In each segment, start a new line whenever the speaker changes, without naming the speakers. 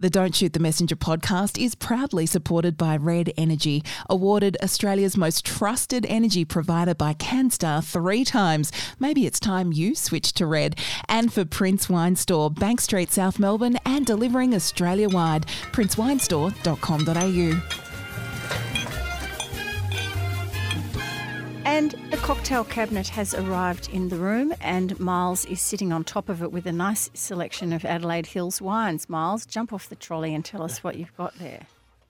The Don't Shoot the Messenger podcast is proudly supported by Red Energy, awarded Australia's most trusted energy provider by Canstar three times. Maybe it's time you switch to Red. And for Prince Wine Store, Bank Street, South Melbourne, and delivering Australia wide. PrinceWinestore.com.au.
And the cocktail cabinet has arrived in the room, and Miles is sitting on top of it with a nice selection of Adelaide Hills wines. Miles, jump off the trolley and tell us what you've got there.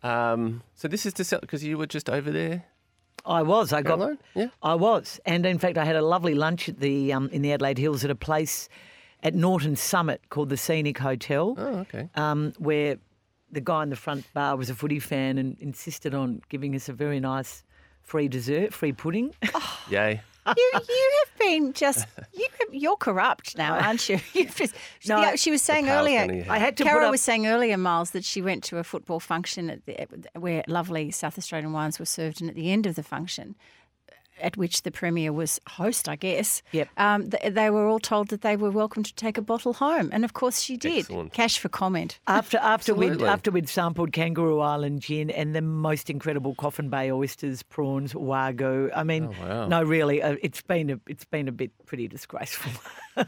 Um, so this is to sell because you were just over there.
I was. I got.
Caroline? Yeah.
I was, and in fact, I had a lovely lunch at the um, in the Adelaide Hills at a place at Norton Summit called the Scenic Hotel,
Oh, okay.
um, where the guy in the front bar was a footy fan and insisted on giving us a very nice free dessert, free pudding.
Yay.
you, you have been just you, you're corrupt now, aren't you? You've just,
No,
yeah, she was saying
power's gone in
earlier.
your
I had to put
Carol
up.
was saying earlier, Miles, that she went to a football function at the, where lovely South Australian wines were served, and at the end of the function, at which the premier was host, I guess.
Yep.
Um, th- they were all told that they were welcome to take a bottle home, and of course she did.
Excellent.
Cash for comment.
After after we'd
Absolutely.
after we'd sampled Kangaroo Island gin and the most incredible Coffin Bay oysters, prawns, wagyu. I mean,
Oh, wow.
no, really, uh, it's been a it's been a bit pretty disgraceful.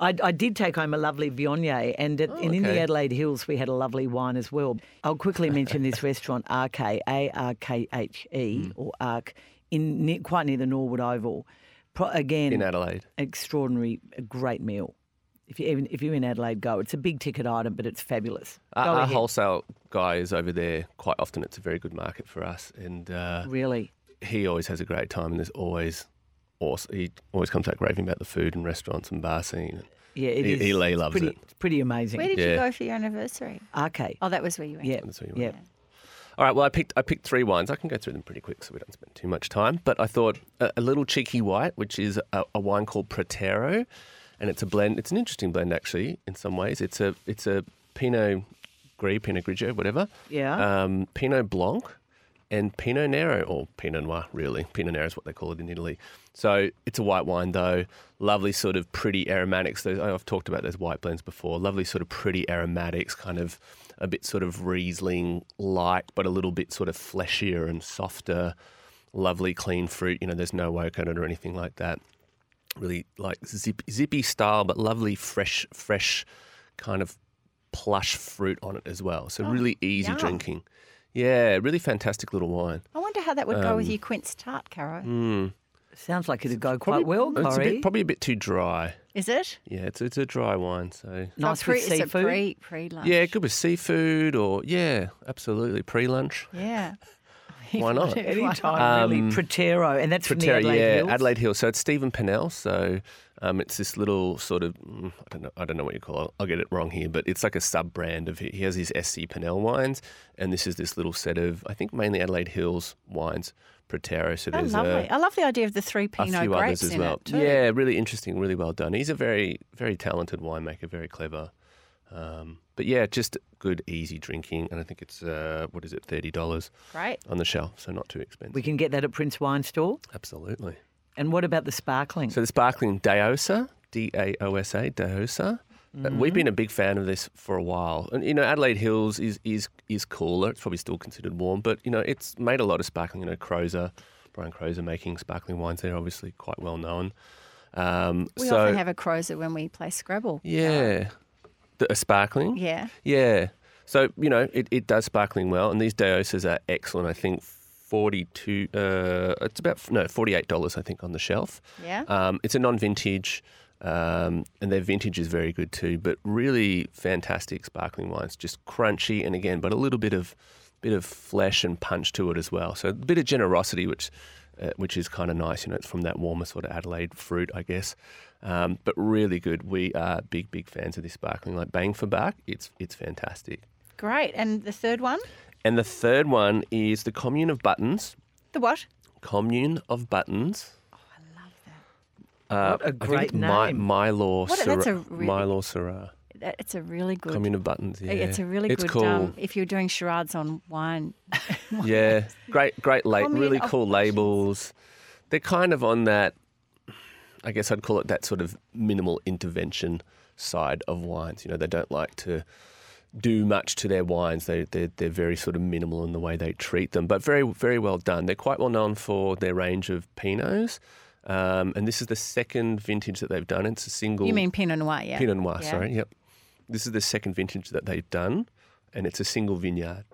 I, I did take home a lovely Viognier, and, at, and in the
Oh, okay.
Adelaide Hills we had a lovely wine as well. I'll quickly mention this restaurant Arke, A R K H
Hmm.
E or Ark, in near, quite near the Norwood Oval. Pro, again,
In Adelaide.
extraordinary, a great meal. If you even if you're in Adelaide, go. It's a big ticket item, but it's fabulous.
Our,
Go
our
ahead.
wholesale guy is over there quite often. It's a very good market for us, and uh,
really.
he always has a great time. And there's always awesome. He always comes back raving about the food and restaurants and bar scene.
Yeah, it
E-
is.
Elaine
It's
loves
pretty,
it.
It's pretty amazing.
Where did you
Yeah.
go for your anniversary?
Arcade.
Oh, that was where you went.
Yeah,
That's what you
yeah.
All right. Well, I picked I picked three wines. I can go through them pretty quick, so we don't spend too much time. But I thought a, a little cheeky white, which is a, a wine called Protero, and it's a blend. It's an interesting blend, actually, in some ways. It's a it's a Pinot Gris, Pinot Grigio, whatever.
Yeah.
Um, Pinot Blanc and Pinot Nero, or Pinot Noir, really. Pinot Nero is what they call it in Italy. So it's a white wine, though. Lovely sort of pretty aromatics. Those, I've talked about those white blends before. Lovely sort of pretty aromatics, kind of a bit sort of Riesling light, but a little bit sort of fleshier and softer. Lovely clean fruit. You know, there's no woke on it or anything like that really like zip, zippy style, but lovely fresh, fresh kind of plush fruit on it as well. So really easy
yum.
drinking. Yeah, really fantastic little wine.
I wonder how that would go with your quince tart, Caro.
Sounds like it'd go quite well,
it's a
Corrie.
bit, probably a bit too dry.
Is it?
Yeah, it's it's a dry wine. So
Oh,
nice
pre,
with seafood.
It's a pre, pre-lunch.
yeah, good with seafood or yeah, absolutely pre lunch.
Yeah.
Why not?
Anytime, really. Protero, and that's from the
Proterra,
Adelaide
Um, yeah,
Hills.
Adelaide Hills. So it's Stephen Pennell. So um, it's this little sort of mm, I don't know I don't know what you call it. I'll get it wrong here, but it's like a sub brand of he has his SC Pennell wines, and this is this little set of I think mainly Adelaide Hills wines. Protero. So
Oh,
there's
lovely.
a,
I love the idea of the three
a
Pinot
few
grapes
others as
in
well.
it too.
Yeah, really interesting, really well done. He's a very very talented winemaker, very clever. Um, but yeah, just good, easy drinking, and I think it's uh, what is it, thirty dollars
Great.
on the shelf, so not too expensive.
We can get that at Prince Wine Store.
Absolutely.
And what about the sparkling?
So the sparkling Daosa, D A O S A, Daosa. Uh, We've been a big fan of this for a while, and you know Adelaide Hills is is is cooler. It's probably still considered warm, but you know it's made a lot of sparkling. You know Crozer, Brian Crozer making sparkling wines. They're obviously quite well known. Um,
We
so
often have a Crozer when we play Scrabble.
yeah, the, a sparkling.
Yeah.
Yeah. So, you know, it, it does sparkling well. And these Deosas are excellent. I think 42, uh, it's about, no, $48, I think, on the shelf.
Yeah.
Um, it's a non vintage. Um, and their vintage is very good too, but really fantastic sparkling wines. Just crunchy and again, but a little bit of bit of flesh and punch to it as well. So a bit of generosity, which uh, which is kind of nice. You know, it's from that warmer sort of Adelaide fruit, I guess. Um, but really good. We are big, big fans of this sparkling. Like bang for buck, it's it's fantastic.
Great. And the third one?
And the third one is the Commune of Buttons.
The what?
Commune of Buttons.
Oh,
Uh,
what a
I think
great
it's My,
name.
Mylor
What a- that's a
Syrah.
really-
Mylor Syrah.
That- Uh, It's a really good.
Commune of Buttons. Yeah.
It's a really
it's
good.
Cool.
Um, if you're doing charades on wine,
yeah. Great, great, la-
Commune
really
of
cool
Buttons.
labels. They're kind of on that, I guess I'd call it that sort of minimal intervention side of wines. You know, they don't like to do much to their wines. They, they're, they're very sort of minimal in the way they treat them, but very, very well done. They're quite well known for their range of Pinots. Um, and this is the second vintage that they've done. It's a single.
You mean Pinot Noir, yeah?
Pinot Noir,
Yeah.
sorry. Yep. This is the second vintage that they've done, and it's a single vineyard.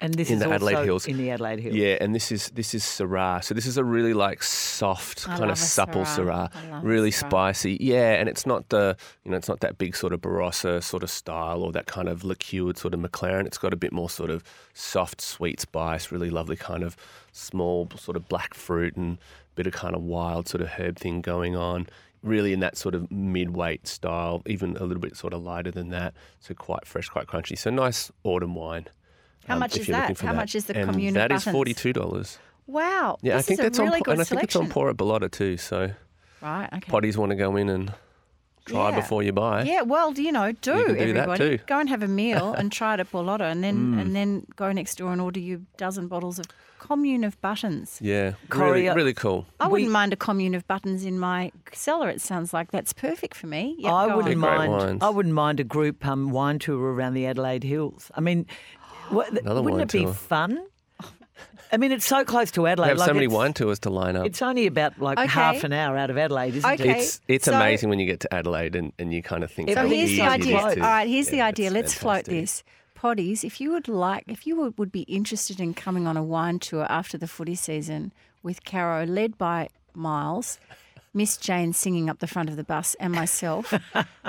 And this
In
is
the Adelaide
also
Hills.
In the Adelaide Hills.
Yeah, and this is this is Syrah. So this is a really like soft,
I
kind
love
of
a
supple
Syrah.
Syrah,
I love a
really
Syrah.
spicy. Yeah, and it's not the you know it's not that big sort of Barossa sort of style or that kind of liqueured sort of McLaren. It's got a bit more sort of soft, sweet spice, really lovely kind of small sort of black fruit and bit of kind of wild sort of herb thing going on. Really in that sort of mid-weight style, even a little bit sort of lighter than that. So quite fresh, quite crunchy. So nice autumn wine.
How much
Um, if
is
you're
that?
looking for
How much is the
and
commune of
That is
buttons?
forty-two dollars.
Wow.
Yeah,
this
I think
is
that's
a really
on,
good
and I think it's
selection.
on Pora Bellotta too. So
Right, okay.
potties want to go in and try
Yeah.
before you buy.
Yeah, well, you know, do,
can do that
everybody.
too. Mm.
Go and have a meal and try it at Borlotta and then and then go next door and order you a dozen bottles of commune of buttons.
yeah, really,
Corio-
really cool.
I
We-
wouldn't mind a commune of buttons in my cellar. It sounds like that's perfect for me. Yeah,
I
go
wouldn't
on.
They're great
mind.
wines.
I wouldn't mind a group um, wine tour around the Adelaide Hills. I mean, what,
Another
wouldn't
wine
it be
tour.
fun? I mean, it's so close to Adelaide.
They have so
like,
many
it's-
wine tours to line up.
It's only about like
Okay.
half an hour out of Adelaide, isn't
Okay.
it?
It's it's
so-
amazing when you get to Adelaide and, and you kind of think.
So
So
how
here's
easy
the
it
idea.
is
All
to-
right, here's the
Yeah,
idea.
it's
Let's float
fantastic.
this. Poddies, if you would like, if you would, would be interested in coming on a wine tour after the footy season with Caro, led by Miles, Miss Jane singing up the front of the bus, and myself,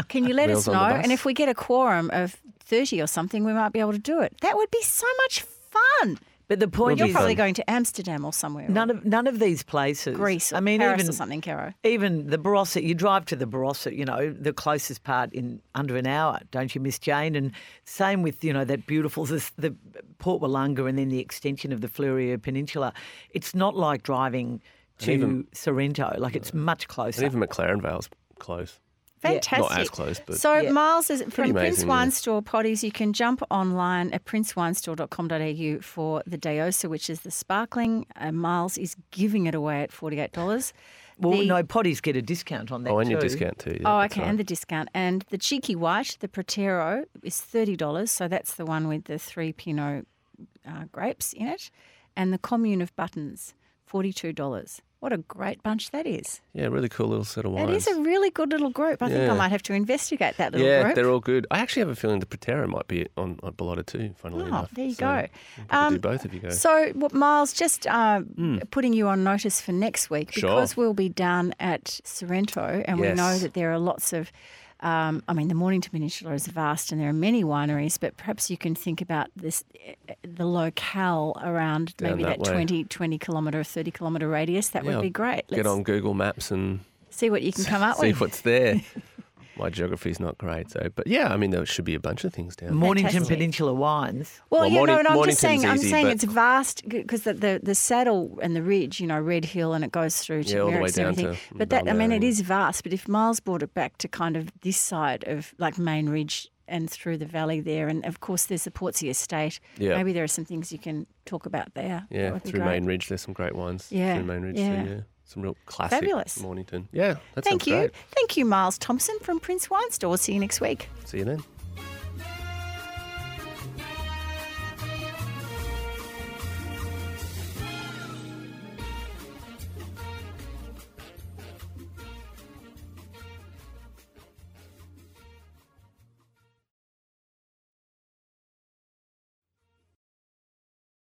can you let us
Wheels on
know?
the bus.
And if we get a quorum of 30 or something, we might be able to do it. That would be so much fun.
But the point
You're
is,
probably going to Amsterdam or somewhere.
none of none of these places.
Greece or
I mean,
Paris
even
or something, Caro.
even the Barossa. You drive to the Barossa, you know, the closest part in under an hour, don't you, Miss Jane? And same with you know that beautiful the, the Port Wollonga and then the extension of the Fleurieu Peninsula. It's not like driving to Sorrento. Like it's much closer.
And even McLaren Vale's close.
Fantastic.
Not as close, but-
so Miles is from
amazing,
Prince
yeah.
Wine Store Potties. You can jump online at princewinestore.com.au for the Deosa, which is the sparkling. And Miles is giving it away at forty eight dollars.
well, no, potties get a discount on that
Oh, and your
too.
discount too. yeah,
Oh,
that's
okay,
right.
and the discount and the cheeky white, the Protero, is thirty dollars. So that's the one with the three Pinot uh, grapes in it, and the Commune of Buttons, forty two dollars. What a great bunch that is!
Yeah, really cool little set of wines.
That is a really good little group. I think I
Yeah.
might have to investigate that little
yeah,
group.
they're all good. I actually have a feeling the Patera might be on, on Bellotta too, funnily
Oh,
enough.
there you
So
go.
we'll probably
Um,
do both if you go.
So, what, Miles, just uh, putting you on notice for next week
Hmm. Sure.
because we'll be down at Sorrento, and we know
Yes.
that there are lots of. Um, I mean, the Mornington Peninsula is vast, and there are many wineries. But perhaps you can think about this, eh, the locale around
Down
maybe that,
that way.
20, 20 kilometre or 30 kilometre radius. That
Yeah,
would be great.
Get on Google Maps and
see what you can come up
see
with.
what's there. My geography's not great, so but yeah, I mean there should be a bunch of things down. there.
Mornington
Fantastic.
Peninsula wines.
Well,
Well,
you know,
Morning-
and I'm just
Mornington's
saying, I'm
easy,
saying
but-
it's vast because the, the the saddle and the ridge, you know, Red Hill, and it goes through to
Yeah, all the way
Merricks
down
and everything.
to-
but that, I
down
mean,
there,
it
yeah.
is vast. But if Miles brought it back to kind of this side of like Main Ridge and through the valley there, and of course there's the Portsea Estate.
Yeah.
Maybe there are some things you can talk about there. That
Yeah,
would be
through
great.
Main Ridge, there's some great ones.
Yeah,
through Main Ridge,
yeah.
Too, yeah. Some real classic
Fabulous.
Mornington. Yeah, that
Thank
sounds
you,
great.
thank you, Miles Thompson from Prince Wine Store. See you next week.
See you then.